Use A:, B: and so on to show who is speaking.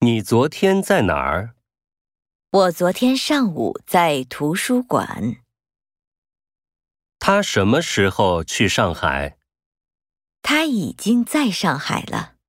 A: 你昨天在哪儿？
B: 我昨天上午在图书馆，
A: 他什么时候去上海？
B: 他已经在上海了。